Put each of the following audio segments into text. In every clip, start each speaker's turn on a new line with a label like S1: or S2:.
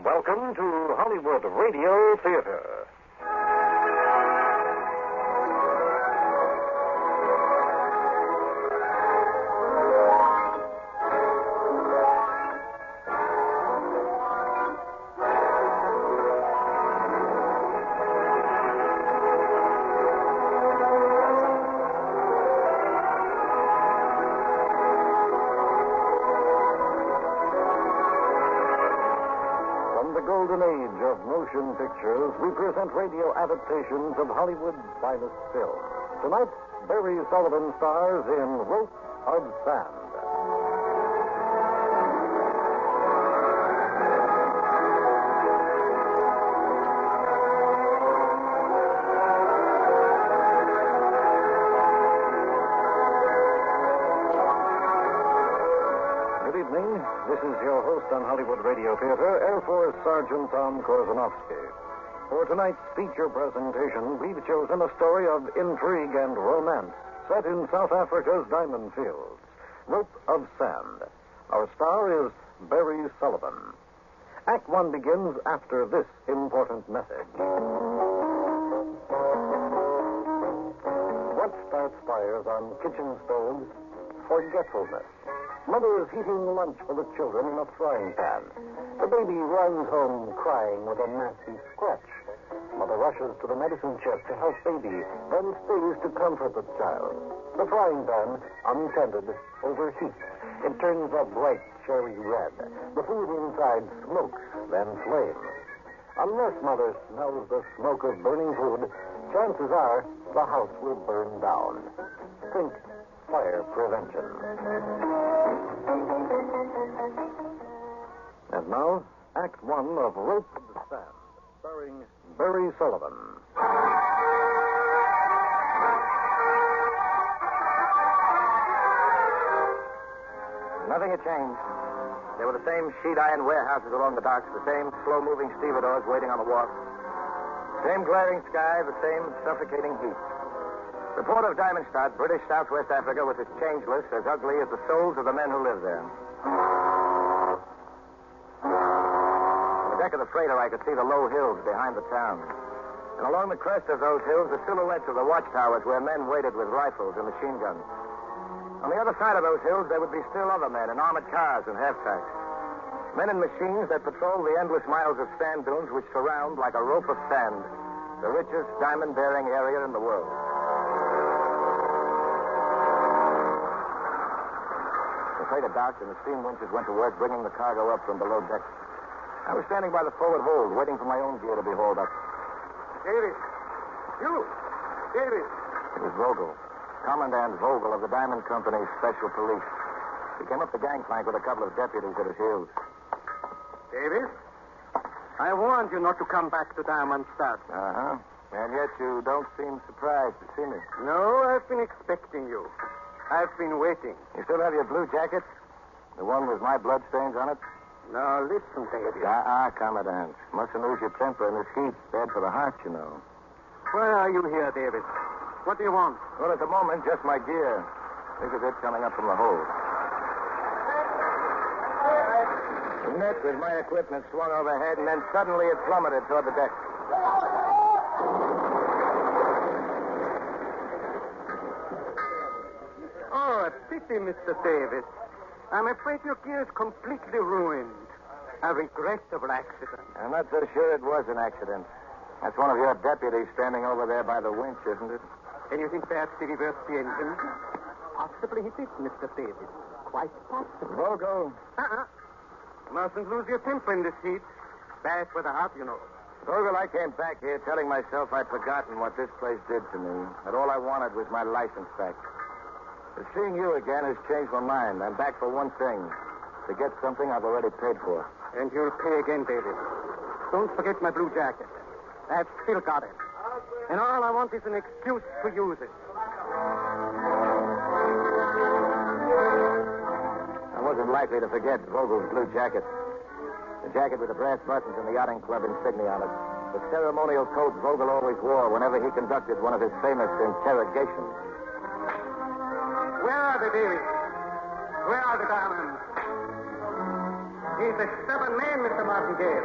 S1: Welcome to Hollywood Radio Theater. From the golden age of motion pictures, we present radio adaptations of Hollywood's finest films. Tonight, Barry Sullivan stars in Rope of Sand. Good evening. This is your host on Hollywood Radio Theater, Air Force Sergeant Tom Korzanovsky. For tonight's feature presentation, we've chosen a story of intrigue and romance set in South Africa's diamond fields, Rope of Sand. Our star is Barry Sullivan. Act one begins after this important message. What starts fires on kitchen stoves? Forgetfulness. Mother is heating lunch for the children in a frying pan. The baby runs home crying with a nasty scratch. Mother rushes to the medicine chest to help baby, then stays to comfort the child. The frying pan, untended, overheats. It turns a bright cherry red. The food inside smokes, then flames. Unless Mother smells the smoke of burning food, chances are the house will burn down. Think fire prevention. And now, Act One of Rope of the Sand, starring Barry Sullivan.
S2: Nothing had changed. They were the same sheet iron warehouses along the docks, the same slow moving stevedores waiting on the wharf, same glaring sky, the same suffocating heat. The port of Diamond Stad, British Southwest Africa, was as changeless, as ugly as the souls of the men who live there. On the deck of the freighter, I could see the low hills behind the town. And along the crest of those hills, the silhouettes of the watchtowers where men waited with rifles and machine guns. On the other side of those hills, there would be still other men in armored cars and half tracks. Men and machines that patrol the endless miles of sand dunes which surround, like a rope of sand, the richest diamond bearing area in the world. The freighter docked and the steam winches went to work bringing the cargo up from below deck. I was standing by the forward hold, waiting for my own gear to be hauled up.
S3: Davis. You. Davis.
S2: It was Vogel, Commandant Vogel of the Diamond Company's Special Police. He came up the gangplank with a couple of deputies at his heels.
S3: Davis. I warned you not to come back to Diamond Stud.
S2: Uh huh. And yet you don't seem surprised to see me.
S3: No, I've been expecting you. I've been waiting.
S2: You still have your blue jacket? The one with my bloodstains on it?
S3: Now listen, Davis.
S2: Ah, ah, Commandant. Mustn't lose your temper in this heat. Bad for the heart, you know.
S3: Why are you here, Davis? What do you want?
S2: Well, at the moment, just my gear. This is it coming up from the hold. The net with my equipment swung overhead, and then suddenly it plummeted toward the deck.
S3: Oh, a pity, Mr. Davis. I'm afraid your gear is completely ruined. A regrettable accident.
S2: I'm not so sure it was an accident. That's one of your deputies standing over there by the winch, isn't it?
S3: And you think perhaps he reversed the engine? Possibly he did, Mr. Davis. Quite possible.
S2: Vogel,
S3: Uh-uh. Mustn't lose your temper in this heat. Bad for the heart, you know.
S2: Vogel, I came back here telling myself I'd forgotten what this place did to me, that all I wanted was my license back. But seeing you again has changed my mind. I'm back for one thing to get something I've already paid for.
S3: And you'll pay again, Davis. Don't forget my blue jacket. I've still got it. And all I want is an excuse to use it.
S2: I wasn't likely to forget Vogel's blue jacket. The jacket with the brass buttons and the yachting club insignia on it. The ceremonial coat Vogel always wore whenever he conducted one of his famous interrogations.
S3: Where are the Davis? Where are the diamonds? He's He's a stubborn man, Mr. Martingale.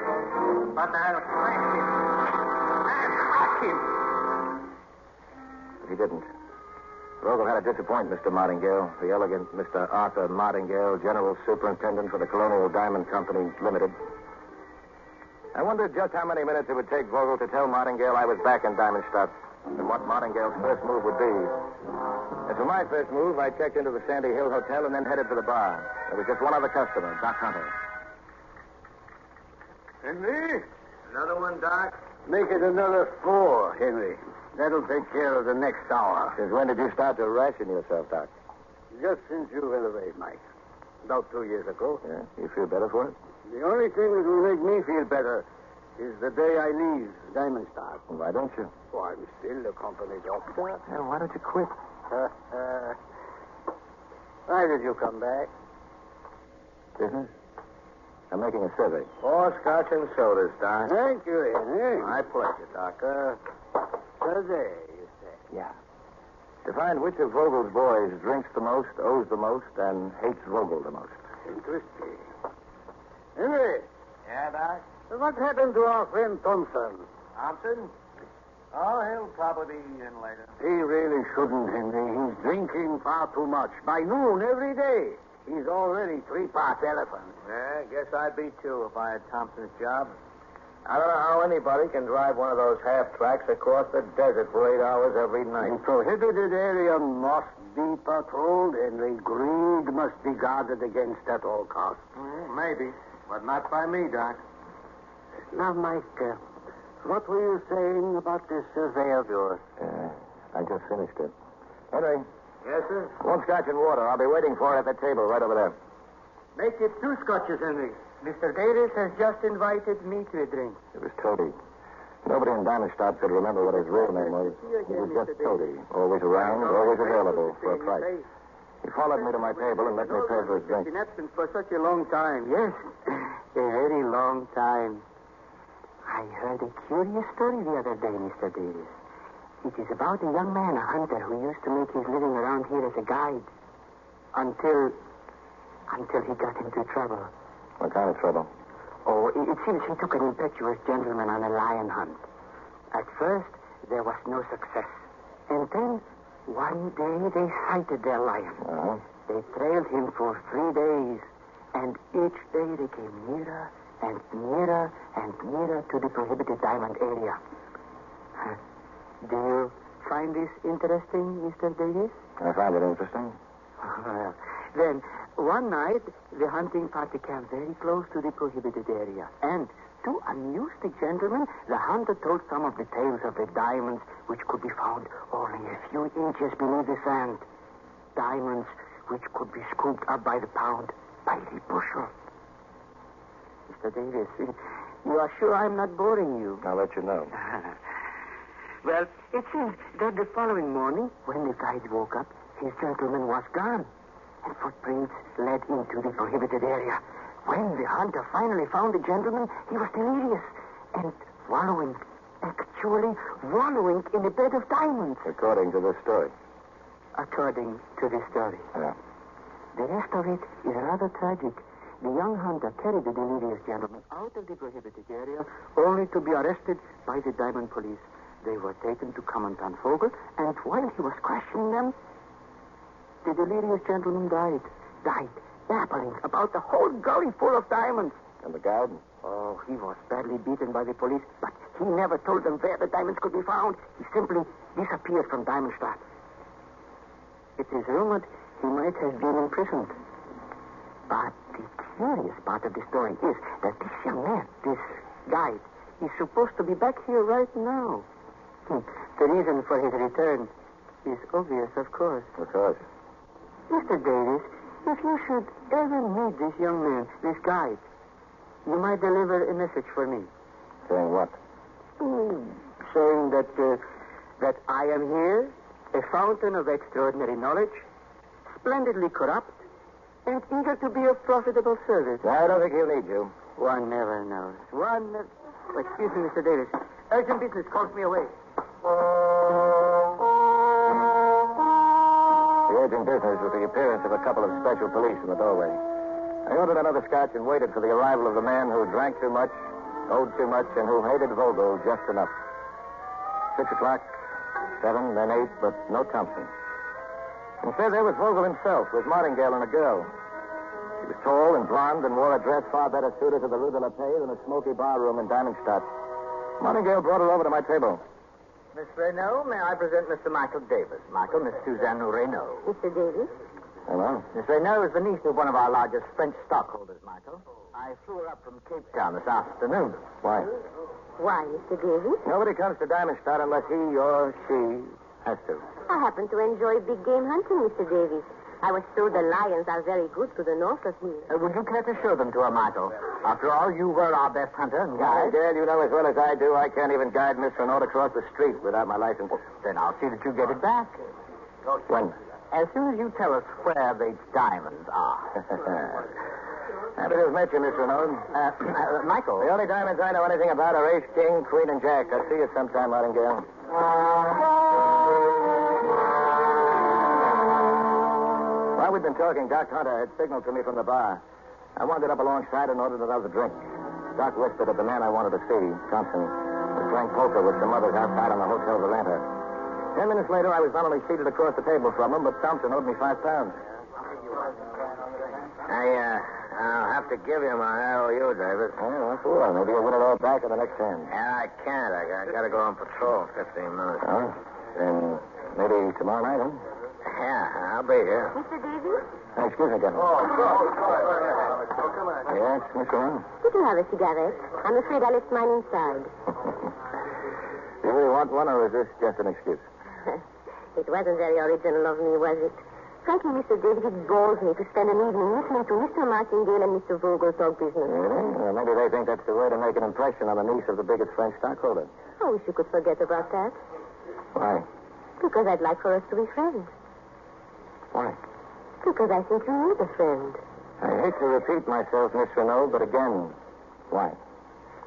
S3: But I'll crack him. I'll crack him.
S2: He didn't. Rogel had to disappoint Mr. Martingale, the elegant Mr. Arthur Martingale, General Superintendent for the Colonial Diamond Company Limited. I wondered just how many minutes it would take Vogel to tell Martingale I was back in Diamond Stadt and what Martingale's first move would be. As for my first move, I checked into the Sandy Hill Hotel and then headed for the bar. There was just one other customer, Doc Hunter.
S3: Henry?
S2: Another one, Doc?
S3: Make it another four, Henry. That'll take care of the next hour.
S2: Since when did you start to ration yourself, Doc?
S3: Just since you went away, Mike. About two years ago.
S2: Yeah, you feel better for it?
S3: The only thing that will make me feel better is the day I leave Diamond Star.
S2: Why don't you?
S3: Oh, I'm still the company doctor.
S2: Well, why don't you quit?
S3: Why did you come back?
S2: Business? Mm-hmm. I'm making a survey.
S3: Four scotch and sodas, Doc. Thank you, Henry. My pleasure, Doc. Uh, today, you say.
S2: Yeah. To find which of Vogel's boys drinks the most, owes the most, and hates Vogel the most.
S3: Interesting. Henry,
S2: Yeah, Doc?
S3: what happened to our friend Thompson?
S2: Thompson? Oh, he'll probably be in later.
S3: He really shouldn't, Henry. He's drinking far too much. By noon every day, he's already three parts elephant.
S2: Yeah, guess I'd be too if I had Thompson's job. I don't know how anybody can drive one of those half tracks across the desert for eight hours every night.
S3: The prohibited area must be patrolled, Henry. Greed must be guarded against at all costs.
S2: maybe, but not by me, Doc.
S3: Now, Mike, uh, what were you saying about this survey of yours?
S2: Uh, I just finished it. Henry,
S3: Yes, sir.
S2: one scotch and water. I'll be waiting for it at the table right over there.
S3: Make it two scotches, Henry. Mr. Davis has just invited me to a drink.
S2: It was Toady. Nobody in Diamondstadt could remember what his real name was. He was just Toady, always around, always available for a price. He followed me to my table and let me pay for his drink.
S3: Been absent for such a long time. Yes, a very long time.
S4: I heard a curious story the other day, Mr. Davis. It is about a young man, a hunter, who used to make his living around here as a guide. Until. until he got into trouble.
S2: What kind of trouble?
S4: Oh, it, it seems he took an impetuous gentleman on a lion hunt. At first, there was no success. And then, one day, they sighted their lion.
S2: Uh-huh.
S4: They trailed him for three days, and each day they came nearer and nearer and nearer to the prohibited diamond area. Huh. Do you find this interesting, Mr. Davis?
S2: I find it interesting.
S4: Well, then, one night, the hunting party came very close to the prohibited area, and to amuse the gentleman, the hunter told some of the tales of the diamonds which could be found only a few inches beneath the sand. Diamonds which could be scooped up by the pound, by the bushel. Mr. Davis, you are sure I'm not boring you?
S2: I'll let you know.
S4: well, it seems that the following morning, when the guide woke up, his gentleman was gone, and footprints led into the prohibited area. When the hunter finally found the gentleman, he was delirious and wallowing, actually wallowing in a bed of diamonds,
S2: According to this story.
S4: according to the story.
S2: Yeah.
S4: The rest of it is rather tragic. The young hunter carried the delirious gentleman out of the prohibited area only to be arrested by the diamond police. They were taken to Commandant Vogel, and while he was questioning them, the delirious gentleman died. Died, babbling about the whole gully full of diamonds.
S2: And the guide?
S4: Oh, he was badly beaten by the police, but he never told them where the diamonds could be found. He simply disappeared from Diamondstadt. It is rumored he might have been imprisoned. But the curious part of the story is that this young man, this guide, is supposed to be back here right now. Hmm. The reason for his return is obvious, of course.
S2: Of course.
S4: Mr. Davis, if you should ever meet this young man, this guide, you might deliver a message for me.
S2: Saying what?
S4: Mm, saying that uh, that I am here, a fountain of extraordinary knowledge, splendidly corrupt, and eager to be of profitable service.
S2: I don't think he'll need you.
S4: One never knows. One. nev- Oh, excuse me, Mr. Davis. Urgent business calls me away.
S2: The urgent business was the appearance of a couple of special police in the doorway. I ordered another scotch and waited for the arrival of the man who drank too much, owed too much, and who hated Vogel just enough. Six o'clock, seven, then eight, but no Thompson. Instead, there was Vogel himself with Martingale and a girl. She was tall and blonde and wore a dress far better suited to the Rue de la Paix than a smoky bar room in Diamondstadt. Martingale brought her over to my table.
S5: Miss Renault, may I present Mr. Michael Davis? Michael, Miss Suzanne Renault.
S6: Mr. Davis?
S2: Hello.
S5: Miss Renault is the niece of one of our largest French stockholders, Michael. I flew her up from Cape Town this afternoon.
S2: Why?
S6: Why, Mr. Davis?
S2: Nobody comes to Diamondstadt unless he or she has to.
S6: I happen to enjoy big game hunting, Mr. Davis. I was told the lions are very good to the north of here.
S5: Uh, would you care to show them to her, Michael? After all, you were our best hunter and guide.
S2: Dad, you know as well as I do, I can't even guide Miss Renault across the street without my license.
S5: Then I'll see that you get it back.
S2: When?
S5: As soon as you tell us where the diamonds are.
S2: Happy to have met you, Miss Renault.
S5: Uh, uh, Michael,
S2: The only diamonds I know anything about are Ace, King, Queen, and Jack. I'll see you sometime, Martingale. While we'd been talking, Doc Hunter had signaled to me from the bar. I wandered up alongside and ordered another drink. Doc whispered that the man I wanted to see, Thompson, was playing poker with some others outside on the hotel veranda. Ten minutes later, I was not only seated across the table from him, but Thompson owed me five pounds. I, uh, I'll have to give you my IOU, Davis. Well, that's all. Maybe you'll win it all back in the next hand.
S5: Yeah, I can't. I got, got to go on patrol in 15 minutes.
S2: Oh, then maybe tomorrow night, huh?
S5: Yeah, I'll be here.
S6: Mr. Davis?
S2: Uh, Excuse me, gentlemen. Yes, Miss Rowan.
S6: Could you have a cigarette? I'm afraid I left mine inside.
S2: Do you really want one, or is this just an excuse?
S6: it wasn't very original of me, was it? Frankly, Mr. Davis, it bores me to spend an evening listening to Mr. Martingale and Mr. Vogel talk business.
S2: Really? Well, maybe they think that's the way to make an impression on the niece of the biggest French stockholder.
S6: I wish you could forget about that,
S2: Why?
S6: because I'd like for us to be friends.
S2: Why?
S6: Because I think you need a friend.
S2: I hate to repeat myself, Miss Renault, but again, why?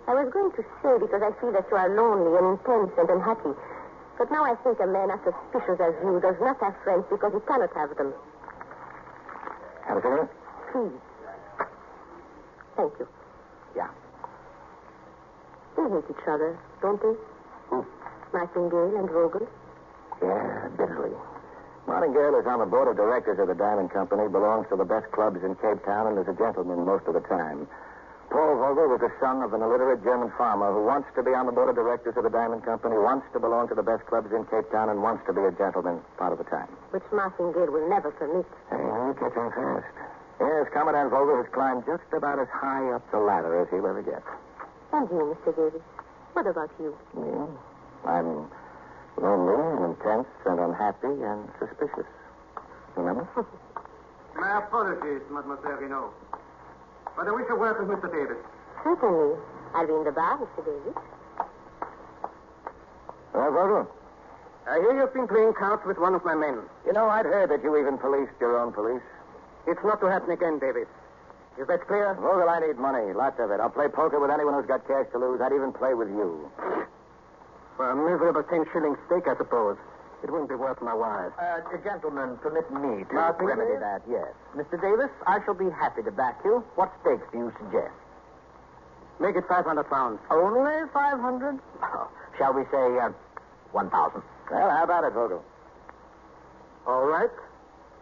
S6: I was going to say because I feel that you are lonely and intense and unhappy. But now I think a man as suspicious as you does not have friends because he cannot have them.
S2: Have a cigarette?
S6: Please. Thank you.
S2: Yeah.
S6: They hate each other, don't they?
S2: Hmm.
S6: Martingale and Vogel.
S2: Yeah, bitterly. Martingale is on the board of directors of the Diamond Company, belongs to the best clubs in Cape Town, and is a gentleman most of the time. Paul Vogel was the son of an illiterate German farmer who wants to be on the board of directors of the Diamond Company, wants to belong to the best clubs in Cape Town, and wants to be a gentleman part of the time.
S6: Which Martingale will never permit.
S2: Hey, you catch on fast. Yes, Commandant Vogel has climbed just about as high up the ladder as he'll ever get.
S6: And you, Mr. Davis. What about you?
S2: Me? I'm lonely and intense and unhappy and suspicious. Remember?
S3: My apologies, Mademoiselle Renault. But I wish a word with Mr. Davis.
S6: Certainly. I'll be in the bar, Mr. Davis.
S2: Well, Vogel,
S3: I hear you've been playing cards with one of my men.
S2: You know, I'd heard that you even policed your own police.
S3: It's not to happen again, Davis. Is that clear?
S2: Vogel, I need money. Lots of it. I'll play poker with anyone who's got cash to lose. I'd even play with you.
S3: For a miserable ten shilling stake, I suppose. It wouldn't be worth my while.
S5: Uh, gentlemen, permit me to
S3: Martin
S5: remedy
S3: Davis?
S5: that, yes. Mr. Davis, I shall be happy to back you. What stakes do you suggest?
S3: Make it 500 pounds.
S5: Only 500? shall we say, uh, 1,000?
S2: Well, how about it, Vogel?
S3: All right.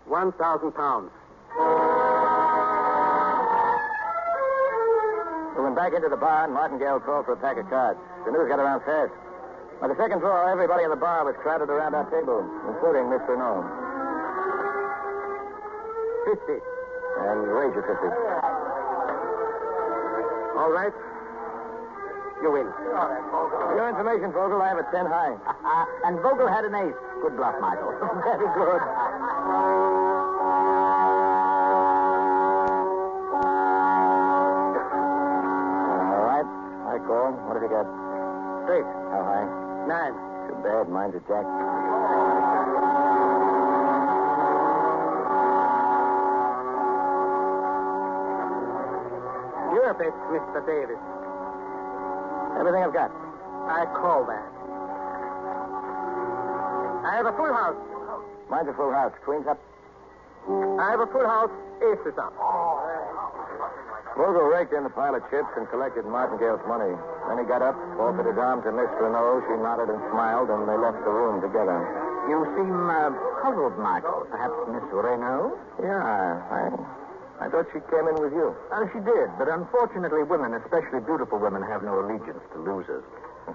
S3: 1,000 pounds.
S2: We went back into the bar, and Martingale called for a pack of cards. The news got around fast. By the second draw, everybody in the bar was crowded around our table, including Miss Renault.
S3: 50.
S2: And raise your fifty.
S3: All right. You win.
S2: Your information, Vogel, I have a ten high.
S5: Uh, and Vogel had an ace. Good bluff, Michael.
S2: Very good. All right. I call. What have you got?
S3: Straight.
S2: How high?
S3: Nine.
S2: Too bad. Mine's a jack.
S3: Your bet, Mr. Davis.
S2: Everything I've got.
S3: I call that. I have a full house.
S2: Mine's a full house. Queen's up.
S3: I have a full house. Ace is up.
S2: Smoker raked in the pile of chips and collected Martingale's money. Then he got up, offered his arm to Miss Renault. She nodded and smiled, and they left the room together.
S5: You seem uh, puzzled, Michael. Perhaps Miss Renault?
S2: Yeah, I, I thought she came in with you.
S5: Uh, she did, but unfortunately, women, especially beautiful women, have no allegiance to losers.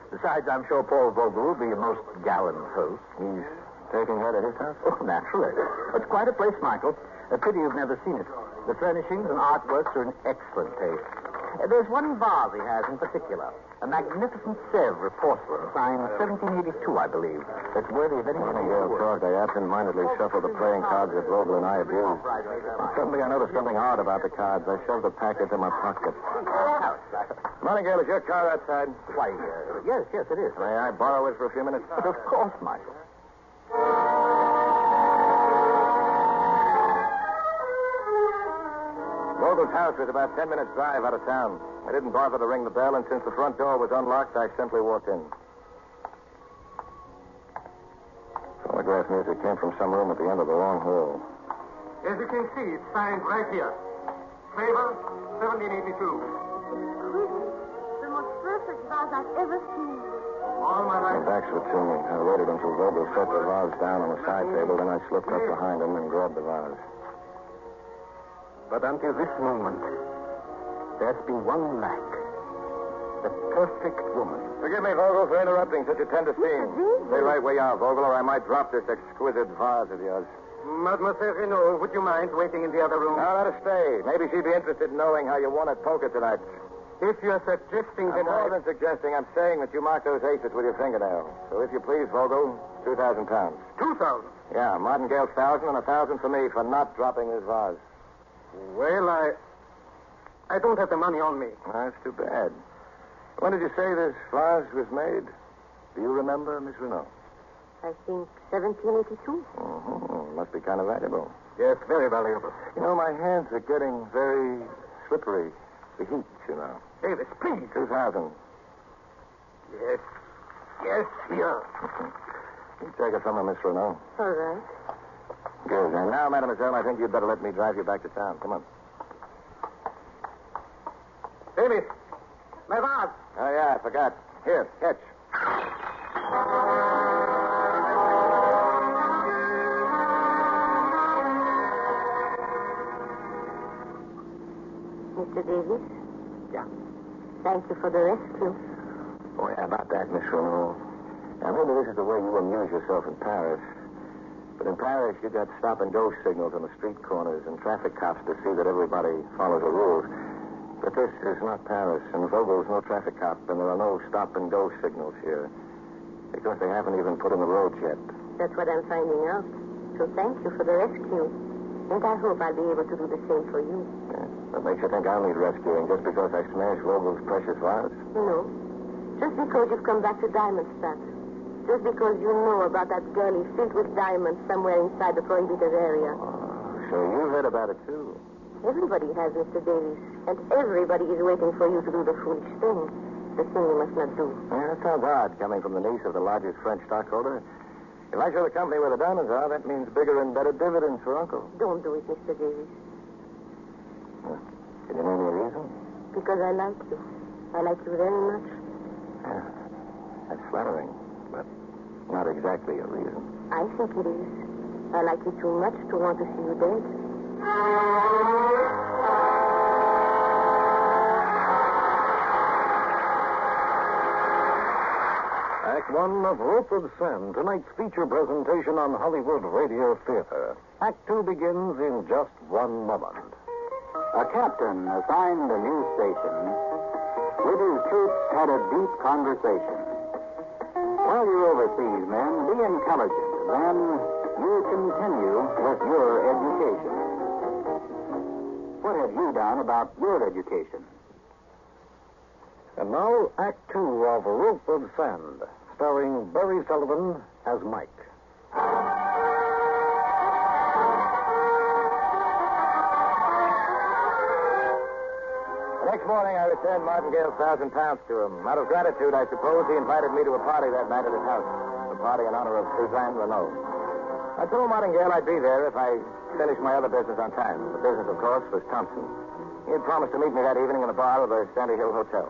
S5: Besides, I'm sure Paul Vogel will be a most gallant host.
S2: He's taking her to his house?
S5: Oh, naturally. It's quite a place, Michael. A pity you've never seen it. The furnishings and artworks are in excellent taste. Uh, There's one vase he has in particular, a magnificent Sèvres porcelain, signed 1782, I believe. That's worthy of any money.
S2: Yeah, of course. They absent-mindedly shuffled the playing cards that Vogel and I had used. And suddenly I noticed something odd about the cards. I shoved the package in my pocket. Montague, is your car outside?
S5: Why, uh, yes, yes, it is.
S2: May I borrow it for a few minutes?
S5: But of course, Michael.
S2: Vogel's house was about ten minutes' drive out of town. I didn't bother to ring the bell, and since the front door was unlocked, I simply walked in. Telegraph music came from some room at the end of the long hall.
S3: As you can see, it's signed right here. Favor 1782.
S6: The most perfect vase I've ever seen.
S3: All my
S2: My
S3: life.
S2: backs were to me. I waited until Vogel set the vase down on the side table, then I slipped up behind him and grabbed the vase.
S4: But until this moment, there's been one lack. The perfect woman.
S2: Forgive me, Vogel, for interrupting such a tender scene.
S6: Vogel.
S2: Stay right where you are, Vogel, or I might drop this exquisite vase of yours.
S3: Mademoiselle Renault, would you mind waiting in the other room?
S2: Now, let her stay. Maybe she'd be interested in knowing how you won at poker tonight.
S3: If you're suggesting
S2: I'm
S3: that
S2: more
S3: I...
S2: than suggesting. I'm saying that you marked those aces with your fingernail. So if you please, Vogel, 2,000 pounds.
S3: 2,000.
S2: Yeah, Martingale's 1,000 and a 1,000 for me for not dropping this vase.
S3: Well, I... I don't have the money on me.
S2: That's too bad. When did you say this vase was made? Do you remember, Miss Renault?
S6: I think 1782.
S2: Mm-hmm. Must be kind of valuable.
S3: Yes, very valuable.
S2: You know, my hands are getting very slippery. The heat, you know.
S3: Davis, please.
S2: 2,000.
S3: Yes. Yes, here.
S2: You take it from her, Miss Renault.
S6: All right.
S2: Good. And now, mademoiselle, I think you'd better let me drive you back to town. Come on.
S3: Davis, my vase.
S2: Oh, yeah, I forgot. Here, catch.
S6: Mr. Davis?
S2: Yeah.
S6: Thank you for the rescue.
S2: Oh, yeah, about that, Miss Renault. Now, maybe this is the way you amuse yourself in Paris. But in Paris, you got stop and go signals on the street corners and traffic cops to see that everybody follows the rules. But this is not Paris, and Vogel's no traffic cop, and there are no stop and go signals here. Because they haven't even put in the roads yet.
S6: That's what I'm finding out. So thank you for the rescue. And I hope I'll be able to do the same for you.
S2: Yeah. What makes you think I'll need rescuing just because I smashed Vogel's precious vase?
S6: No. Just because you've come back to Diamond Stud. Just because you know about that galley filled with diamonds somewhere inside the prohibited area.
S2: Oh, So you heard about it, too.
S6: Everybody has, Mr. Davies. And everybody is waiting for you to do the foolish thing. The thing you must not do.
S2: Yeah, that sounds odd coming from the niece of the largest French stockholder. If I show the company where the diamonds are, that means bigger and better dividends for Uncle.
S6: Don't do it, Mr. Davies.
S2: Can you name me a reason?
S6: Because I like you. I like you very much.
S2: Yeah. That's flattering, but not exactly a reason.
S6: I think it is. I like you too much to want to see you dead.
S1: Act one of Rope of Sam, tonight's feature presentation on Hollywood Radio Theater. Act two begins in just one moment.
S5: A captain assigned a news station with his troops had a deep conversation. While you overseas men, be intelligent, then you continue with your education. What have you done about your education?
S1: And now, Act two of Rope of Sand, starring Barry Sullivan as Mike.
S2: The next morning, I returned Martingale's thousand pounds to him. Out of gratitude, I suppose, he invited me to a party that night at his house. The party in honor of Suzanne Renault. I told Martingale I'd be there if I finished my other business on time. The business, of course, was Thompson. He had promised to meet me that evening in the bar of the Sandy Hill Hotel.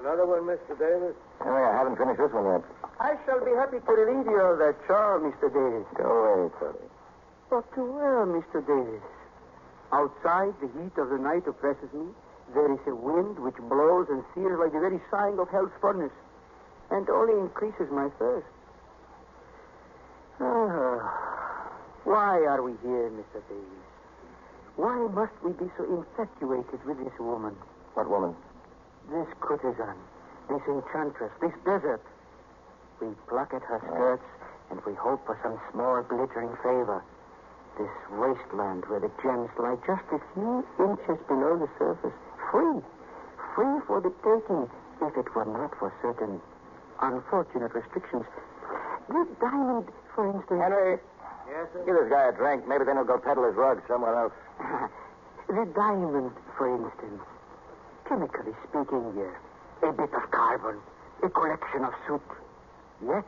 S7: Another one, Mr. Davis?
S2: Oh, yeah, I haven't finished this one yet.
S4: I shall be happy to relieve you of that chore, Mr. Davis.
S2: Go away, Tony.
S4: But to where, Mr. Davis? Outside, the heat of the night oppresses me. There is a wind which blows and sears like the very sighing of hell's furnace, and only increases my thirst. Ah, why are we here, Mr. Davis? Why must we be so infatuated with this woman,
S2: What woman?
S4: this courtesan, this enchantress, this desert? We pluck at her skirts, and we hope for some small glittering favor. This wasteland where the gems lie just a few inches below the surface, free, free for the taking, if it were not for certain unfortunate restrictions. This diamond, for instance.
S2: Henry.
S7: Yes, sir?
S2: Give this guy a drink. Maybe then he'll go peddle his rug somewhere else.
S4: the diamond, for instance. Chemically speaking, yes. A bit of carbon, a collection of soot. Yet,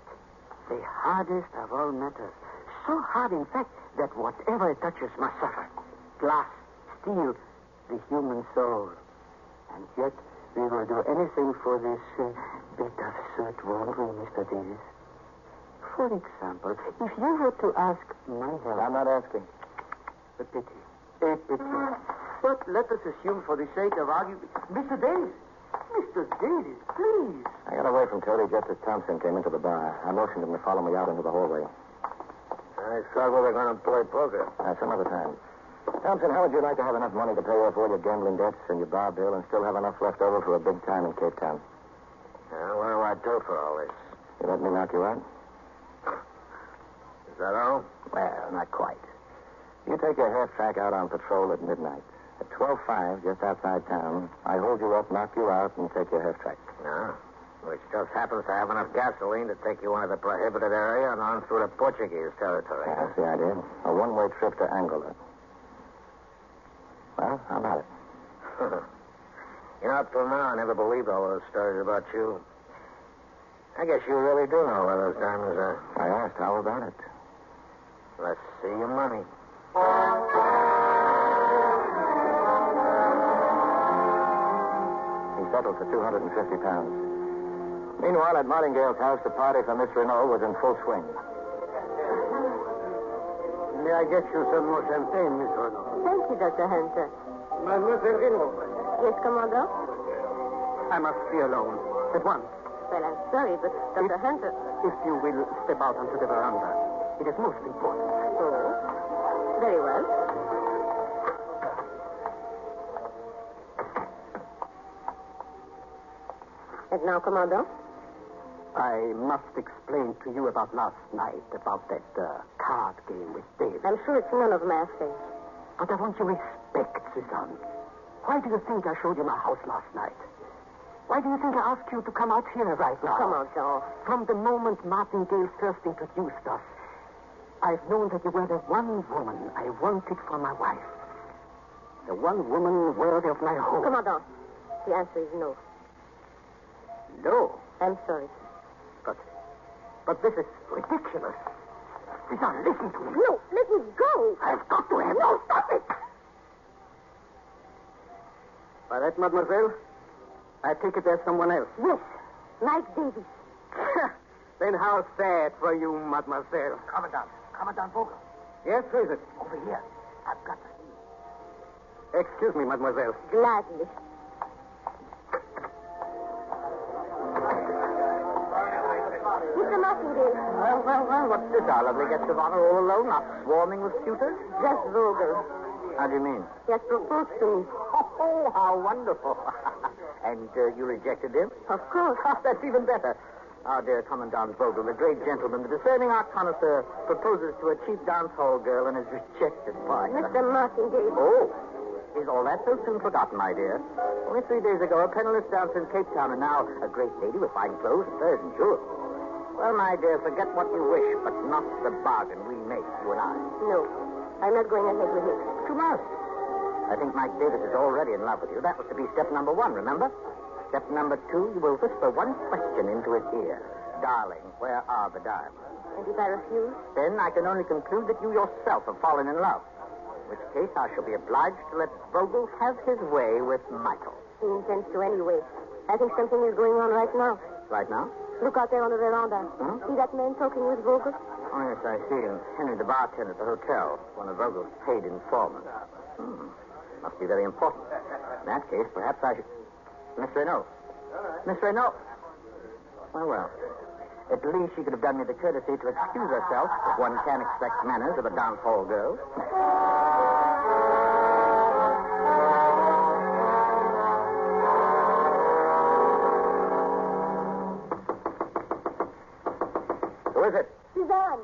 S4: the hardest of all metals. So hard, in fact, that whatever it touches must suffer. Glass, steel, the human soul. And yet, we will do anything for this uh, bit of soot, won't we, Mr. Davis? For example, if you were to ask my help...
S2: I'm not asking.
S4: A pity. A pity. But let us assume for the sake of argument. Mr. Davis! Mr. Davis, please!
S2: I got away from Cody just as Thompson came into the bar. I motioned him to follow me out into the hallway.
S7: I saw we were going to play poker.
S2: Uh, some other time. Thompson, how would you like to have enough money to pay off all your gambling debts and your bar bill and still have enough left over for a big time in Cape Town?
S7: Now, what do I do for all this?
S2: You let me knock you out?
S7: Is that all?
S2: Well, not quite. You take your half track out on patrol at midnight. At 12.05, just outside town, I hold you up, knock you out, and take your half track.
S7: No. Which just happens to have enough gasoline to take you out of the prohibited area and on through to Portuguese territory.
S2: Yeah, that's the idea. A one-way trip to Angola. Well, how about it?
S7: you know, up till now, I never believed all those stories about you. I guess you really do know where those diamonds are.
S2: I asked, how about it?
S7: Let's see your money.
S2: He settled for 250 pounds. Meanwhile, at Martingale's house, the party for Miss Renault was in full swing.
S3: May I get you some more champagne, Miss Renault?
S6: Thank you, Dr. Hunter.
S3: Mademoiselle Renault.
S6: Yes, come on, go.
S3: I must be alone. At once.
S6: Well, I'm sorry, but Dr. Hunter.
S3: If you will step out onto the veranda. It is most important.
S6: Oh. Very well. And now, Commando?
S3: I must explain to you about last night, about that uh, card game with David.
S6: I'm sure it's none of my affairs.
S3: But I want your respect, Suzanne. Why do you think I showed you my house last night? Why do you think I asked you to come out here right now?
S6: Come on, Joe.
S3: From the moment Martingale first introduced us, I've known that you were the one woman I wanted for my wife. The one woman worthy of my home.
S6: Commando. The answer is no.
S3: No.
S6: I'm sorry.
S3: But, but this is ridiculous. Suzanne, listen to me.
S6: No, let me go.
S3: I've got to have... No, stop it! By that, mademoiselle, I take it there's someone else.
S6: Yes, Mike Davis.
S3: then how sad for you, mademoiselle.
S4: Commandant, Commandant Vogel,
S3: Yes, who is it?
S4: over here. I've got to see you.
S3: Excuse me, mademoiselle.
S6: Gladly. Mr. Martingale,
S4: Well, well, well, what's this? Our lovely guest of honor all alone, not swarming with suitors?
S6: just Vogel.
S2: How do you mean?
S6: He has proposed to me.
S4: Oh, how wonderful. and uh, you rejected him?
S6: Of course.
S4: Ah, that's even better. Our dear Commandant Vogel, the great gentleman, the discerning art connoisseur, proposes to a cheap dance hall girl and is rejected by her.
S6: Mr. Martingale.
S4: Oh, is all that so soon forgotten, my dear? Only three days ago, a penniless dancer in Cape Town, and now a great lady with fine clothes, furs, and jewels. Well, my dear, forget what you wish, but not the bargain we make, you and I.
S6: No, I'm not going ahead with it.
S4: But you must. I think Mike Davis is already in love with you. That was to be step number one, remember? Step number two, you will whisper one question into his ear. Darling, where are the diamonds?
S6: And if I refuse,
S4: Then I can only conclude that you yourself have fallen in love. which case I shall be obliged to let Vogel have his way with Michael.
S6: He intends to anyway. I think something is going on right now.
S4: Right now?
S6: Look out there on the veranda. See that man talking with Vogel?
S4: Oh, yes, I see him. Henry, the bartender at the hotel, one of Vogel's paid informants. Hmm. Must be very important. In that case, perhaps I should. Miss Renault. Miss Renault. Well, well. At least she could have done me the courtesy to excuse herself. One can expect manners of a dance hall girl. Who is it?
S6: Suzanne,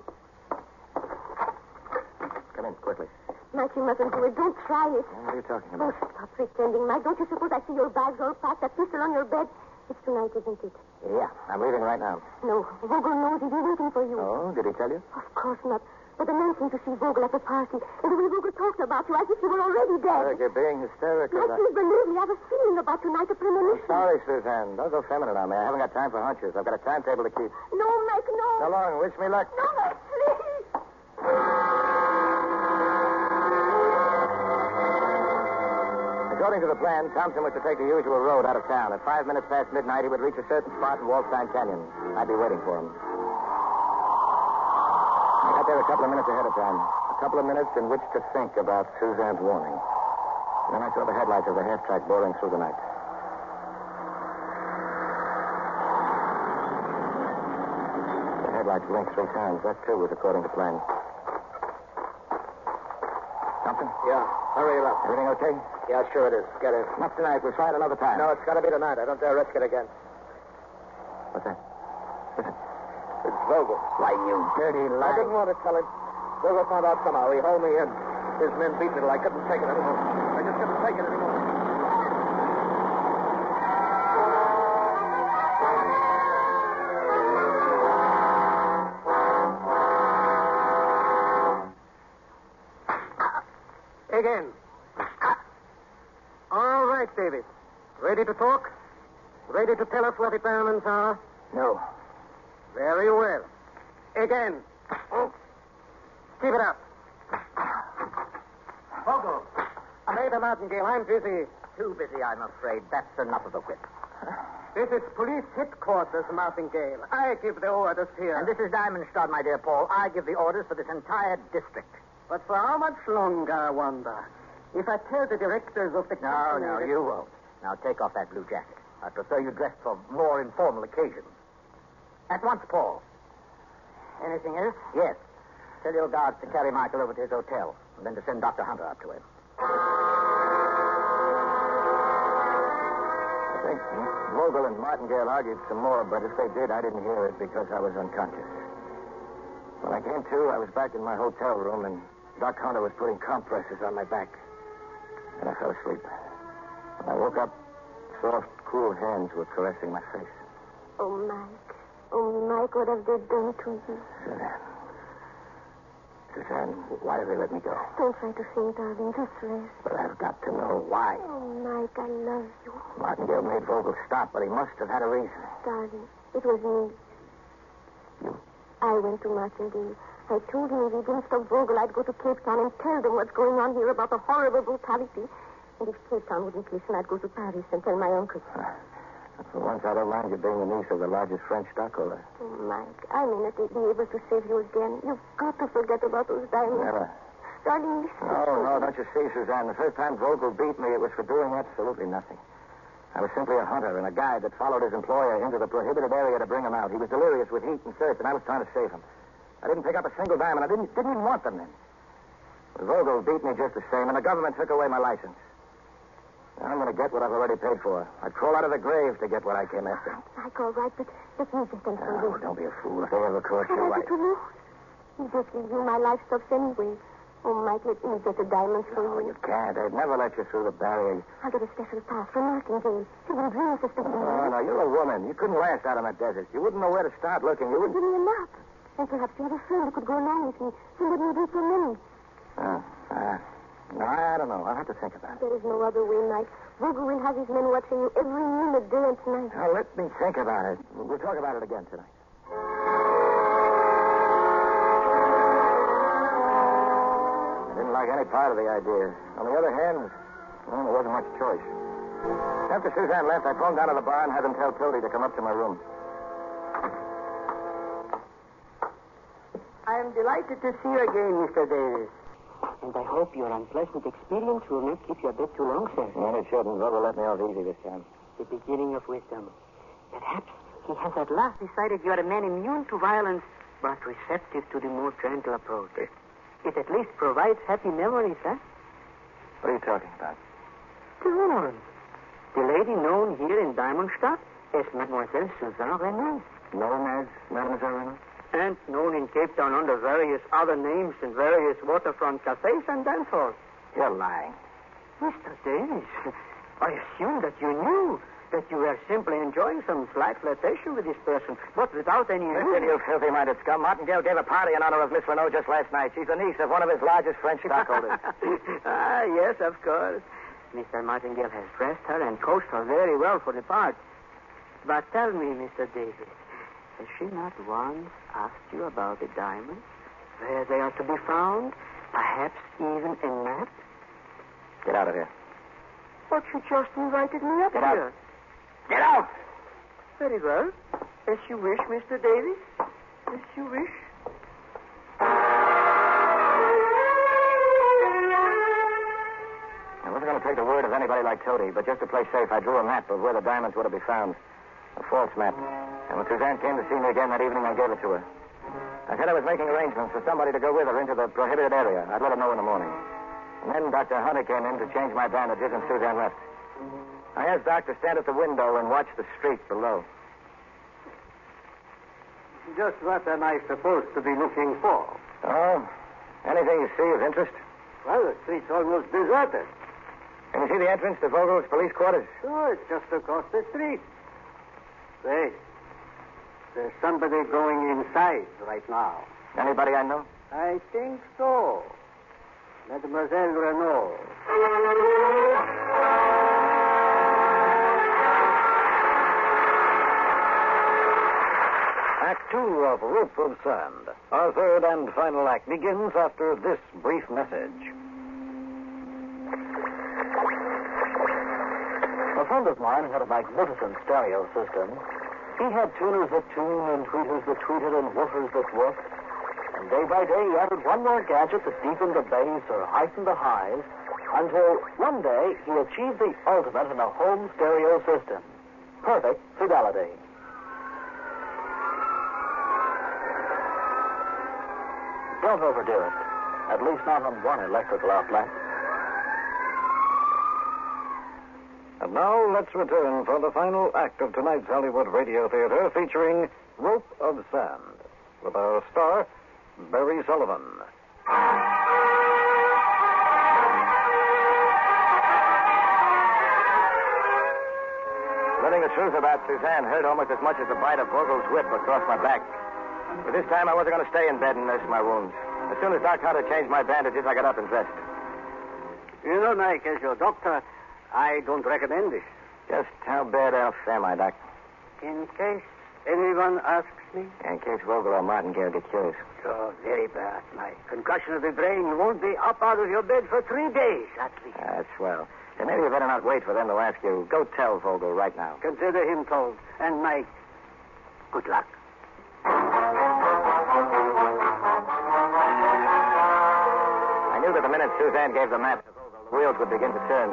S2: Come in quickly.
S6: Mike, you mustn't do it. Don't try it.
S2: What are you talking
S6: Oh,
S2: about?
S6: stop pretending, Mike. Don't you suppose I see your bags all packed, that pistol on your bed? It's tonight, isn't it?
S2: Yeah, I'm leaving right now.
S6: No, Vogel knows it. He's waiting for you.
S2: Oh, did he tell you?
S6: Of course not. But the man seemed to see Vogel at the party. And the way Vogel talked about you, as if you were already
S2: Eric,
S6: dead.
S2: you're being hysterical.
S6: Mike, please believe me. I have a feeling about tonight, a
S2: I'm
S6: premonition.
S2: sorry, Suzanne. Don't go feminine on me. I haven't got time for hunches. I've got a timetable to keep.
S6: No, Mike, no.
S2: So long. Wish me luck.
S6: No, Mike, please.
S2: According to the plan, Thompson was to take the usual road out of town. At five minutes past midnight, he would reach a certain spot in Wallstein Canyon. I'd be waiting for him. I got there a couple of minutes ahead of time. A couple of minutes in which to think about Suzanne's warning. Then I saw the headlights of the half track boring through the night. The headlights blinked three times. That, too, was according to plan. Thompson?
S7: Yeah, hurry up.
S2: Everything okay?
S7: Yeah, sure it is. Get in.
S2: Not tonight. We'll try it another time.
S7: No, it's got to be tonight. I don't dare risk it again.
S2: What's that?
S7: It's Vogel.
S2: Why, you dirty
S7: I
S2: liar.
S7: didn't want to tell him. Vogel found out somehow. He hauled me in. His men beat me till I couldn't take it anymore. I just couldn't take it anymore. Again. All right, David. Ready to talk? Ready to tell us what the diamonds are?
S2: No.
S7: Very well. Again. Oh. Keep it up. Vogel. Major Martingale, I'm busy.
S4: Too busy, I'm afraid. That's enough of the whip.
S7: This is police headquarters, Martingale. I give the orders here.
S4: And this is Diamondstadt, my dear Paul. I give the orders for this entire district.
S7: But for how much longer, I wonder? If I tell the directors of the
S4: No,
S7: company...
S4: no,
S7: that-
S4: you won't. Now take off that blue jacket. I prefer you dress for more informal occasions. At once, Paul.
S7: Anything else?
S4: Yes. Tell your guards to carry Michael over to his hotel, and then to send Dr. Hunter up to him.
S2: I think Vogel and Martingale argued some more, but if they did, I didn't hear it because I was unconscious. When I came to, I was back in my hotel room, and Doc Hunter was putting compresses on my back. And I fell asleep. When I woke up, soft, cool hands were caressing my face.
S6: Oh, Mike. Oh, Mike, what have they done to you?
S2: Suzanne. Suzanne, why did they let me go?
S6: Don't try to think, darling. Just rest.
S2: But I've got to know why.
S6: Oh, Mike, I love you,
S2: Martingale made Vogel stop, but he must have had a reason.
S6: darling. It was me. I went to Martingale. I told him if he didn't stop Vogel, I'd go to Cape Town and tell them what's going on here about the horrible brutality. And if Cape Town wouldn't listen, I'd go to Paris and tell my uncle.
S2: Uh, For once, I don't mind you being the niece of the largest French stockholder.
S6: Oh, Mike, I may not be able to save you again. You've got to forget about those diamonds.
S2: Never.
S6: Darling, listen.
S2: No, Oh, no, don't you see, Suzanne? The first time Vogel beat me, it was for doing absolutely nothing. I was simply a hunter and a guide that followed his employer into the prohibited area to bring him out. He was delirious with heat and thirst, and I was trying to save him. I didn't pick up a single diamond. I didn't, didn't even want them then. But Vogel beat me just the same, and the government took away my license. Now I'm going to get what I've already paid for. I'd crawl out of the grave to get what I came after.
S6: Mike, all right, but let me get them from you.
S2: Oh, don't be a fool. If they ever caught
S6: What
S2: you,
S6: have
S2: I...
S6: you to lose? You just leave you my life stuffs anyway. Oh, Mike, let me get the diamonds for
S2: Oh,
S6: you.
S2: you can't. They'd never let you through the barrier.
S6: I'll get a special pass from Martingale. He will bring us a special
S2: Oh,
S6: pass.
S2: no, you're a woman. You couldn't last out in the desert. You wouldn't know where to start looking. You wouldn't.
S6: Give me a map. And perhaps you have a friend who could go along with me. He would not be so many.
S2: Uh, uh, no, I don't know. I'll have to think about it.
S6: There is no other way, Mike. Vogel will have his men watching you every minute, day and night.
S2: Now, let me think about it. We'll talk about it again tonight. I didn't like any part of the idea. On the other hand, well, there wasn't much choice. After Suzanne left, I phoned down to the bar and had them tell Tildy to come up to my room.
S4: I am delighted to see you again, Mr. Davis. And I hope your unpleasant experience will not keep you a bit too long, sir.
S2: And it shouldn't. Brother let me off easy this time.
S4: The beginning of wisdom. Perhaps he has at last decided you are a man immune to violence, but receptive to the more gentle approach. It at least provides happy memories, eh?
S2: What are you talking about?
S4: The woman. The lady known here in Diamondstadt as Mademoiselle Suzanne Renan.
S2: Known as Mademoiselle Reynolds?
S4: and known in Cape Town under various other names in various waterfront cafes and dance halls.
S2: You're lying.
S4: Mr. Davis, I assume that you knew that you were simply enjoying some slight flirtation with this person, but without any...
S2: Listen, you filthy-minded scum. Martingale gave a party in honor of Miss Renault just last night. She's the niece of one of his largest French stockholders.
S4: ah, yes, of course. Mr. Martingale has dressed her and coached her very well for the part. But tell me, Mr. Davis, has she not once asked you about the diamonds? Where they are to be found? Perhaps even a map?
S2: Get out of here.
S4: But she just invited me up
S2: Get out.
S4: here.
S2: Get out!
S4: Very well. As you wish, Mr. Davis. As you wish.
S2: I wasn't going to take the word of anybody like Toady, but just to play safe, I drew a map of where the diamonds were to be found. A false map. And when Suzanne came to see me again that evening, I gave it to her. I said I was making arrangements for somebody to go with her into the prohibited area. I'd let her know in the morning. And then Dr. Hunter came in to change my bandages, and Suzanne left. I asked Doc to stand at the window and watch the street below.
S3: Just what am I supposed to be looking for?
S2: Oh, anything you see of interest?
S3: Well, the street's almost deserted.
S2: Can you see the entrance to Vogel's police quarters?
S3: Sure, it's just across the street. Say, there's somebody going inside right now.
S2: Anybody I know?
S3: I think so. Mademoiselle Renault.
S1: Act two of Rope of Sand, our third and final act, begins after this brief message. A friend of mine had a magnificent stereo system. He had tuners that tuned and tweeters that tweeted and woofers that woofed. And day by day, he added one more gadget that deepened the bass or heightened the highs until one day he achieved the ultimate in a home stereo system. Perfect fidelity. Don't overdo it. At least not on one electrical outlet. And now let's return for the final act of tonight's Hollywood Radio Theater featuring Rope of Sand with our star, Barry Sullivan.
S2: Learning the truth about Suzanne hurt almost as much as the bite of Vogel's whip across my back. But this time I wasn't going to stay in bed and nurse my wounds. As soon as Doc Hunter changed my bandages, I got up and dressed.
S3: You know, Mike, as your doctor, I don't recommend this.
S2: Just how bad off am I, Doc?
S3: In case anyone asks me,
S2: In case Vogel or Martingale get curious.
S3: you're "Oh, very bad, Mike. Concussion of the brain. You won't be up out of your bed for three days, at least.
S1: Uh.
S2: Ah, That's swell. Then maybe you better not wait for them to ask you. Go tell Vogel right now.
S3: Consider him told. And, Mike, good luck.
S2: I knew that the minute Suzanne gave the map, the wheels would begin to turn.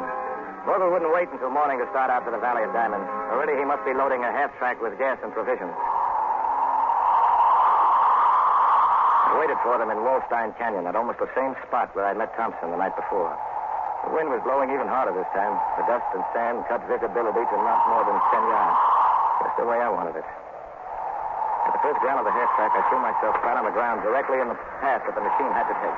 S2: Vogel wouldn't wait until morning to start out for the Valley of Diamonds. Already he must be loading a half track with gas and provisions. I waited for them in Wallstein Canyon at almost the same spot where I'd met Thompson the night before. The wind was blowing even harder this time. The dust and sand cut visibility to not more than ten yards. Just the way I wanted it. At the first ground of the half track, I threw myself flat on the ground directly in the path that the machine had to take.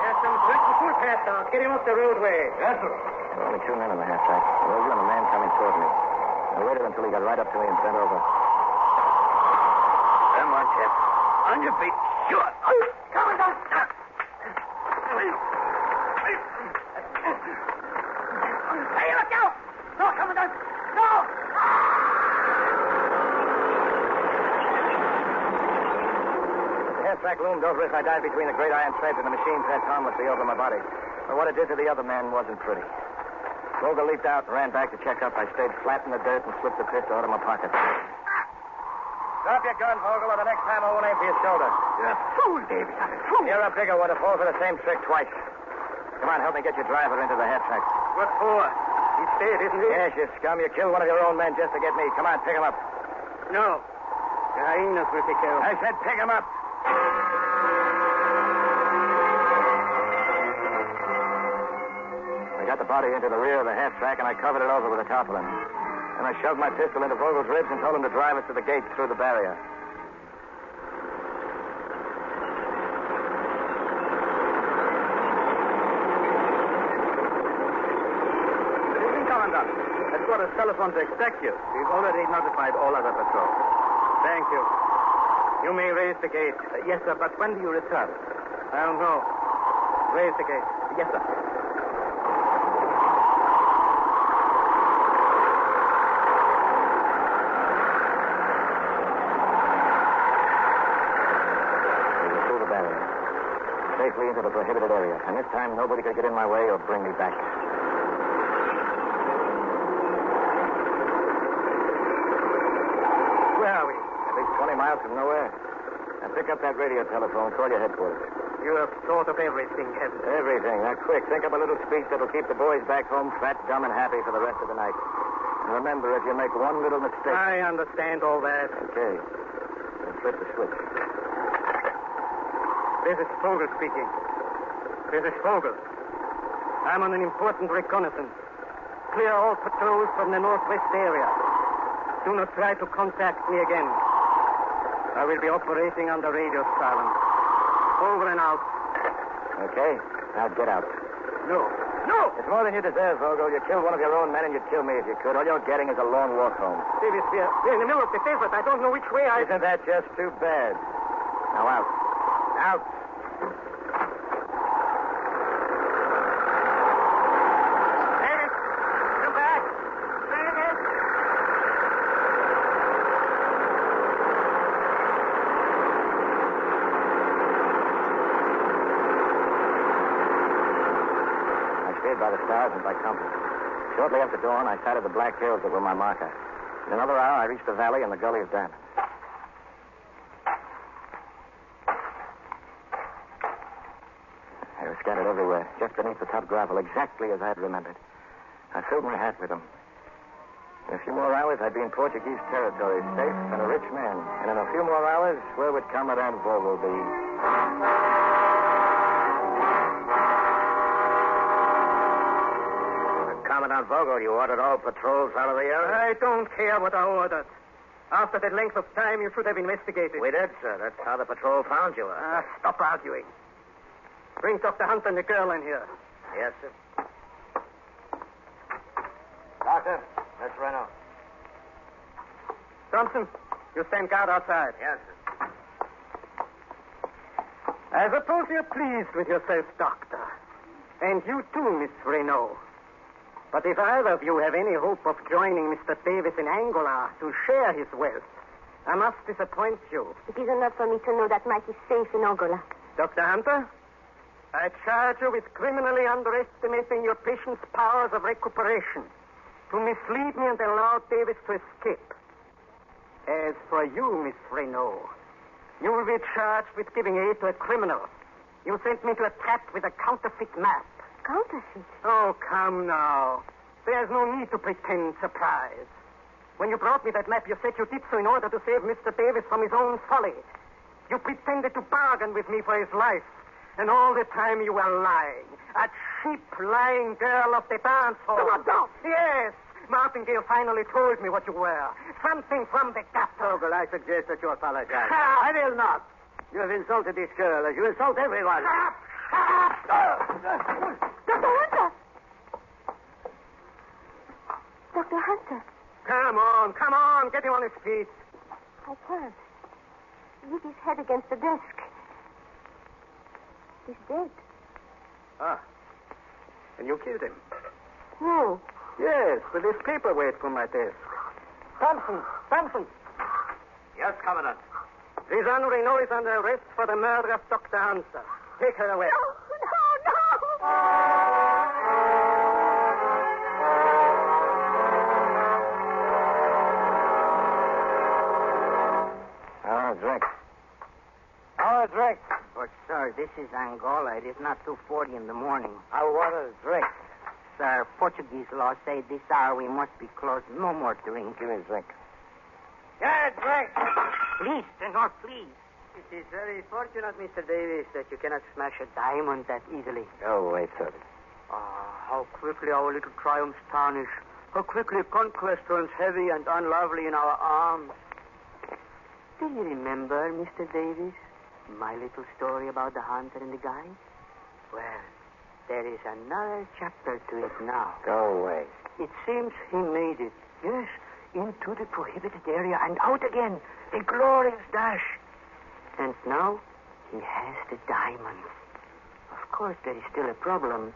S4: There's some threatened footpath now. Get him up the roadway.
S2: There were only two men in the halftrack. There was and a man coming toward me. I waited until he got right up to me and bent over.
S8: Come on, Chip. On your feet. Sure.
S4: Come on,
S8: Hey, look out! No, Commandant! No!
S2: The half back room. Don't risk I dive between the great iron treads and the machine treads harmlessly over my body. But what it did to the other man wasn't pretty. Roger leaped out and ran back to check up. I stayed flat in the dirt and slipped the pistol out of my pocket. Drop your gun, Vogel, or the next time I won't aim for your shoulder.
S3: You're a fool, David. I'm a fool.
S2: You're a bigger one to fall for the same trick twice. Come on, help me get your driver into the head track.
S3: What for? He's dead, isn't he?
S2: Yes, you scum. You killed one of your own men just to get me. Come on, pick him up.
S3: No. The hyenas will take care of
S2: I said pick him up. I got the body into the rear of the half track, and I covered it over with the tarpaulin. And I shoved my pistol into Vogel's ribs and told him to drive us to the gate through the barrier.
S3: Good evening, Commandant. Headquarters telephone to expect you. We've already notified all other patrols. Thank you. You may raise the gate. Uh, yes, sir, but when do you return? I don't know. Raise the gate. Yes, sir.
S2: We were through the barrier, safely into the prohibited area, and this time nobody could get in my way or bring me back. Where are we? At least 20 miles from nowhere. Now pick up that radio telephone. Call your headquarters.
S3: You have thought of everything, haven't you?
S2: Everything. Now, quick, think up a little speech that'll keep the boys back home fat, dumb, and happy for the rest of the night. And remember, if you make one little mistake...
S3: I understand all that.
S2: Okay. Then flip the switch.
S3: This is Vogel speaking. This is Vogel. I'm on an important reconnaissance. Clear all patrols from the northwest area. Do not try to contact me again. I will be operating under radio silence. Over and out.
S2: Okay? Now get out.
S3: No. No!
S2: It's more than you deserve, Vogel. You killed one of your own men, and you'd kill me if you could. All you're getting is a lone walk home.
S3: Davis, we are, we're in the middle of the desert. I don't know which way I.
S2: Isn't that just too bad? Now out. Out.
S3: Davis! Come back! Davis!
S2: I steered by the stars and by compass. Shortly after dawn, I sighted the black hills that were my marker. In another hour, I reached the valley and the gully of diamonds. They were scattered everywhere, just beneath the top gravel, exactly as I had remembered. I filled my hat with them. In a few more hours, I'd be in Portuguese territory, safe and a rich man. And in a few more hours, where would Commandant Vogel be? Commandant Vogel, you ordered all patrols out of the area?
S3: I don't care what I ordered. After that length of time, you should have investigated.
S2: We did, sir. That's how the patrol found you.
S3: Ah, stop arguing. Bring Dr. Hunt and the girl in here.
S2: Yes, sir. Doctor, Miss Reno.
S3: Thompson, you stand guard outside.
S2: Yes, sir.
S3: I suppose you're pleased with yourself, Doctor. And you too, Miss Renault. But if either of you have any hope of joining Mr. Davis in Angola to share his wealth, I must disappoint you.
S9: It is enough for me to know that Mike is safe in Angola.
S3: Dr. Hunter, I charge you with criminally underestimating your patient's powers of recuperation, to mislead me and allow Davis to escape. As for you, Miss Renault, you will be charged with giving aid to a criminal. You sent me to a trap with a counterfeit map.
S9: Counterfeit.
S3: Oh, come now. There's no need to pretend surprise. When you brought me that map, you said you did so in order to save Mr. Davis from his own folly. You pretended to bargain with me for his life, and all the time you were lying. A cheap, lying girl of the dance hall.
S9: Come on, don't.
S3: Yes. Martingale finally told me what you were. Something from the gut.
S2: Vogel, Oh, I suggest that you apologize.
S3: Ah,
S2: will not. You have insulted this girl as you insult everyone.
S3: ah, ah.
S9: Dr. Hunter! Dr. Hunter,
S3: Come on, come on, get him on his feet.
S9: I can't. Hit his head against the desk. He's dead.
S3: Ah. And you killed him?
S9: No.
S3: Yes, with this paperweight from my desk. Thompson, Thompson,
S2: Yes, Commandant.
S3: Rizan Renault is under arrest for the murder of Dr. Hansa. Take her away.
S2: Our drink. Our drink.
S4: But, sir, this is Angola. It is not 2.40 in the morning.
S2: I want a drink.
S4: Sir, Portuguese law say this hour we must be closed. No more drink.
S2: Give me a drink.
S3: Yeah, right.
S4: Please, senor, please. It is very fortunate, Mr. Davis, that you cannot smash a diamond that easily.
S2: Oh, wait, sir.
S4: Ah, how quickly our little triumphs tarnish. How quickly conquest turns heavy and unlovely in our arms. Do you remember, Mr. Davis, my little story about the hunter and the guide? Well, there is another chapter to it now.
S2: Go away.
S4: It seems he made it. Yes, into the prohibited area and out again. A glorious dash. And now he has the diamond. Of course, there is still a problem.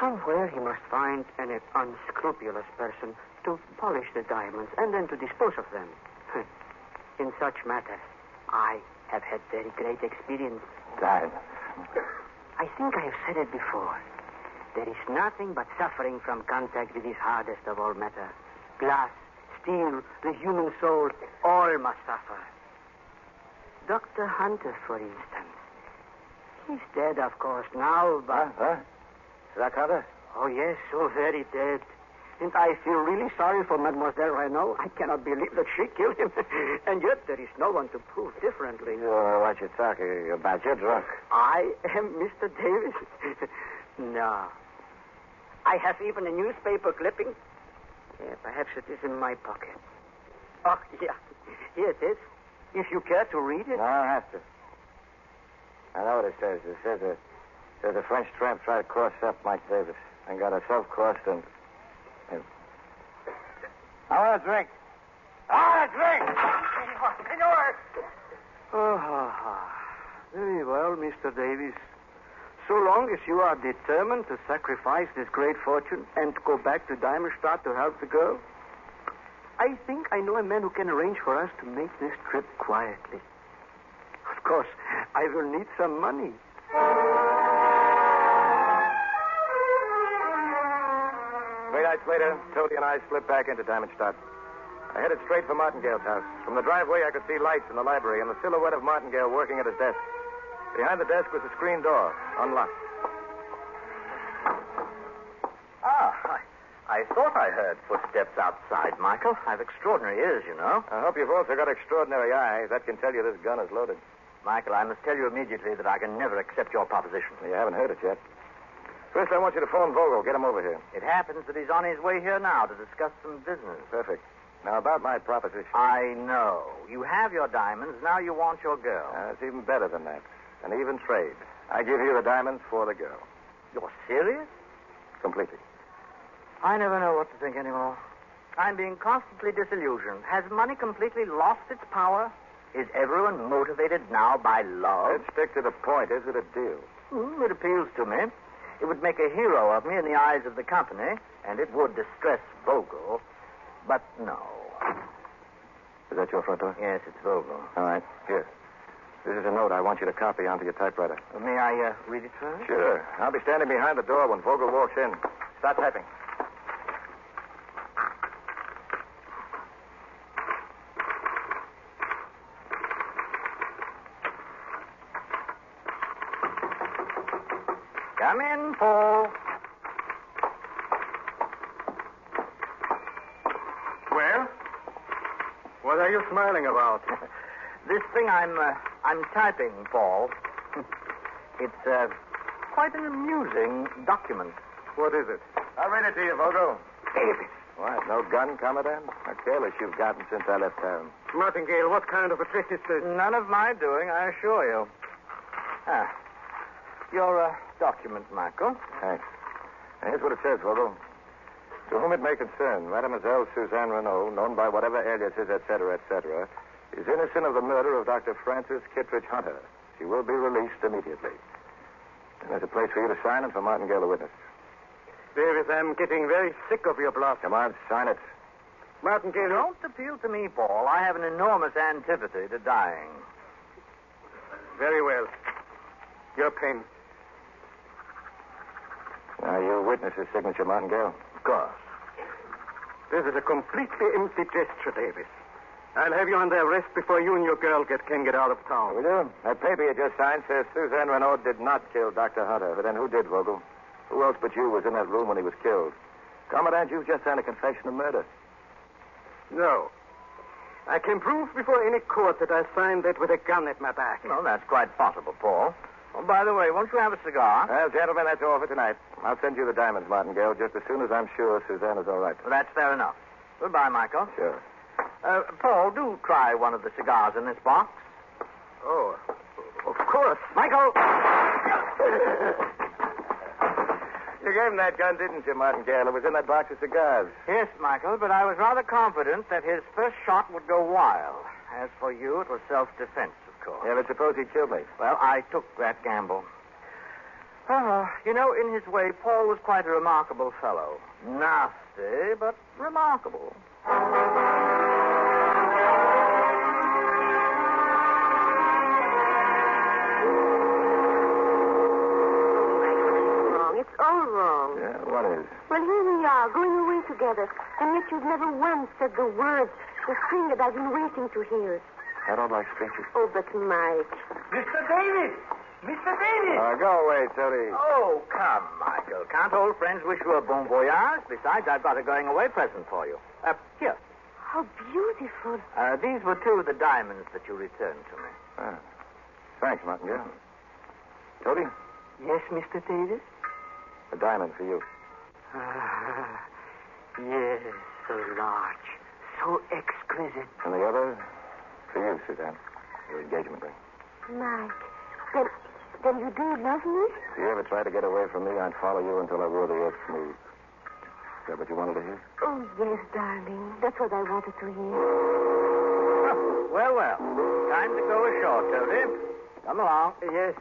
S4: Somewhere he must find an unscrupulous person to polish the diamonds and then to dispose of them. In such matters, I have had very great experience.
S2: Diamonds.
S4: I think I have said it before. There is nothing but suffering from contact with this hardest of all matter. Glass, steel, the human soul, all must suffer. Dr. Hunter, for instance. He's dead, of course, now,
S2: Huh?
S4: but.
S2: Huh? Rakata?
S4: Oh, yes, so very dead. And I feel really sorry for Mademoiselle Renault. I cannot believe that she killed him. and yet there is no one to prove differently.
S2: You don't know what you're talking about. You're drunk.
S4: I am Mr. Davis? no. I have even a newspaper clipping. Yeah, perhaps it is in my pocket. Oh, yeah. Here it is. If you care to read it.
S2: No, I don't have to. I know what it says. It says a, says a French tramp tried to cross up Mike Davis and got herself crossed and. and... I want a drink. I want a drink!
S4: Ah, very well, Mr. Davis. So long as you are determined to sacrifice this great fortune and go back to Diamondstadt to help the girl, I think I know a man who can arrange for us to make this trip quietly. Of course, I will need some money.
S2: Three nights later, Tildy and I slipped back into Diamondstadt. I headed straight for Martingale's house. From the driveway, I could see lights in the library and the silhouette of Martingale working at his desk. Behind the desk was a screen door, unlocked.
S1: Ah, I, I thought I heard footsteps outside, Michael. I've extraordinary ears, you know.
S2: I hope you've also got extraordinary eyes. That can tell you this gun is loaded.
S1: Michael, I must tell you immediately that I can never accept your proposition.
S2: You haven't heard it yet. First, I want you to phone Vogel. Get him over here.
S1: It happens that he's on his way here now to discuss some business.
S2: Perfect. Now, about my proposition.
S1: I know. You have your diamonds. Now you want your girl.
S2: Uh, it's even better than that. An even trade. I give you the diamonds for the girl.
S1: You're serious?
S2: Completely.
S1: I never know what to think anymore. I'm being constantly disillusioned. Has money completely lost its power? Is everyone motivated now by love?
S2: Let's stick to the point. Is it a deal?
S1: Mm, it appeals to me. It would make a hero of me in the eyes of the company, and it would distress Vogel. But no.
S2: Is that your front door?
S1: Yes, it's Vogel.
S2: All right. Here. This is a note I want you to copy onto your typewriter.
S1: May I uh, read it first?
S2: Sure. I'll be standing behind the door when Vogel walks in. Start typing.
S1: Come in, Paul.
S3: Well? What are you smiling about?
S1: This thing I'm uh, I'm typing, Paul. it's uh, quite an amusing document.
S3: What is it?
S2: I'll read it to you, Vogel. What? No gun, Commandant? How careless you've gotten since I left town.
S3: Martingale, what kind of a trick is this?
S1: None of my doing, I assure you. Ah, your uh, document, Michael.
S2: Thanks. And here's what it says, Vogel. To whom it may concern, Mademoiselle Suzanne Renault, known by whatever aliases, etc., etc., is innocent of the murder of Dr. Francis Kittredge Hunter. She will be released immediately. And there's a place for you to sign and for Martingale to witness.
S3: Davis, I'm getting very sick of your bluff.
S2: Come on, sign it.
S7: Martingale.
S2: Don't appeal to me, Paul. I have an enormous antipathy to dying.
S7: Very well. Your pen.
S2: Now, you witness his signature, Martingale?
S7: Of course. This is a completely empty gesture, Davis. I'll have you under arrest before you and your girl get, can get out of town.
S2: We do. That paper you just signed says Suzanne Renaud did not kill Dr. Hunter. But then who did, Vogel? Who else but you was in that room when he was killed? Commandant, you've just signed a confession of murder.
S7: No. I can prove before any court that I signed that with a gun at my back.
S2: Well, that's quite possible, Paul. Oh, by the way, won't you have a
S1: uh,
S2: cigar? Well, gentlemen, that's all for tonight. I'll send you the diamonds, Martingale, just as soon as I'm sure Suzanne is all right. Well, that's fair enough. Goodbye, Michael. Sure. Uh, Paul, do try one of the cigars in this box.
S7: Oh, of course.
S2: Michael! you gave him that gun, didn't you, Martingale? It was in that box of cigars. Yes, Michael, but I was rather confident that his first shot would go wild. As for you, it was self defense, of course. Yeah, but suppose he killed me. Well, I took that gamble. Ah, you know, in his way, Paul was quite a remarkable fellow. Nasty, but remarkable.
S9: It's wrong. It's all wrong.
S2: Yeah, what is?
S9: Well, here we are, going away together, and yet you've never once said the words, the thing that I've been waiting to hear.
S2: I don't like speeches.
S9: Oh, but Mike.
S7: Mr. Davis! Mr. Davis!
S2: Uh, go away, Tony.
S4: Oh, come, Michael. Can't old friends wish you a bon voyage? Besides, I've got a going away present for you. Uh, here.
S9: How beautiful.
S4: Uh, these were two of the diamonds that you returned to me.
S2: Ah. Thanks, Martingale. Tony,
S4: Yes, Mr. Davis?
S2: a diamond for you.
S4: Ah, yes, so large, so exquisite.
S2: And the other for you, Suzanne. Your engagement ring.
S9: Mike. Then, then you do love me?
S2: If you ever tried to get away from me, I'd follow you until I wore the earth smooth. Is that what you wanted to hear?
S9: Oh, yes, darling. That's what I wanted to hear.
S4: Well, well. Time to go ashore, Toby. Come along. Yes.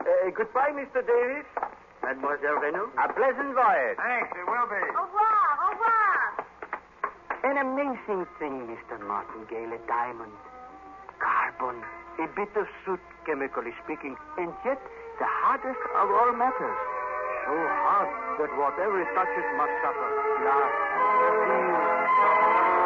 S4: Uh, goodbye, Mr. Davis. Mademoiselle Renault. A pleasant voyage.
S2: Thanks, it will be.
S9: Au revoir, au revoir.
S4: An amazing thing, Mr. Martingale, a diamond. Carbon, a bit of soot, chemically speaking, and yet the hardest of all matters. So hard that whatever it touches must suffer. Glass, steel.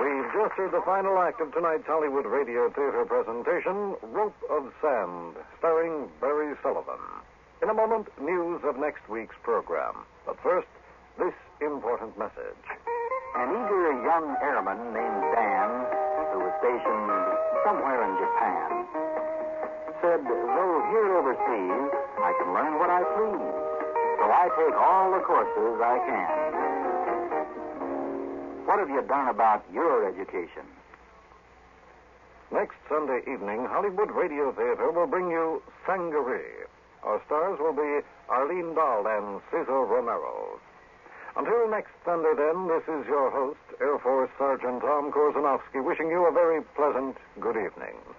S10: We've just heard the final act of tonight's Hollywood Radio Theater presentation, Rope of Sand, starring Barry Sullivan. In a moment, news of next week's program. But first, this important message.
S1: An eager young airman named Dan, who was stationed somewhere in Japan, said, Though here overseas, I can learn what I please. So I take all the courses I can. What have you done about your education?
S10: Next Sunday evening, Hollywood Radio Theater will bring you Sangaree. Our stars will be Arlene Dahl and Cesar Romero. Until next Sunday, then, this is your host, Air Force Sergeant Tom Korsanowski, wishing you a very pleasant good evening.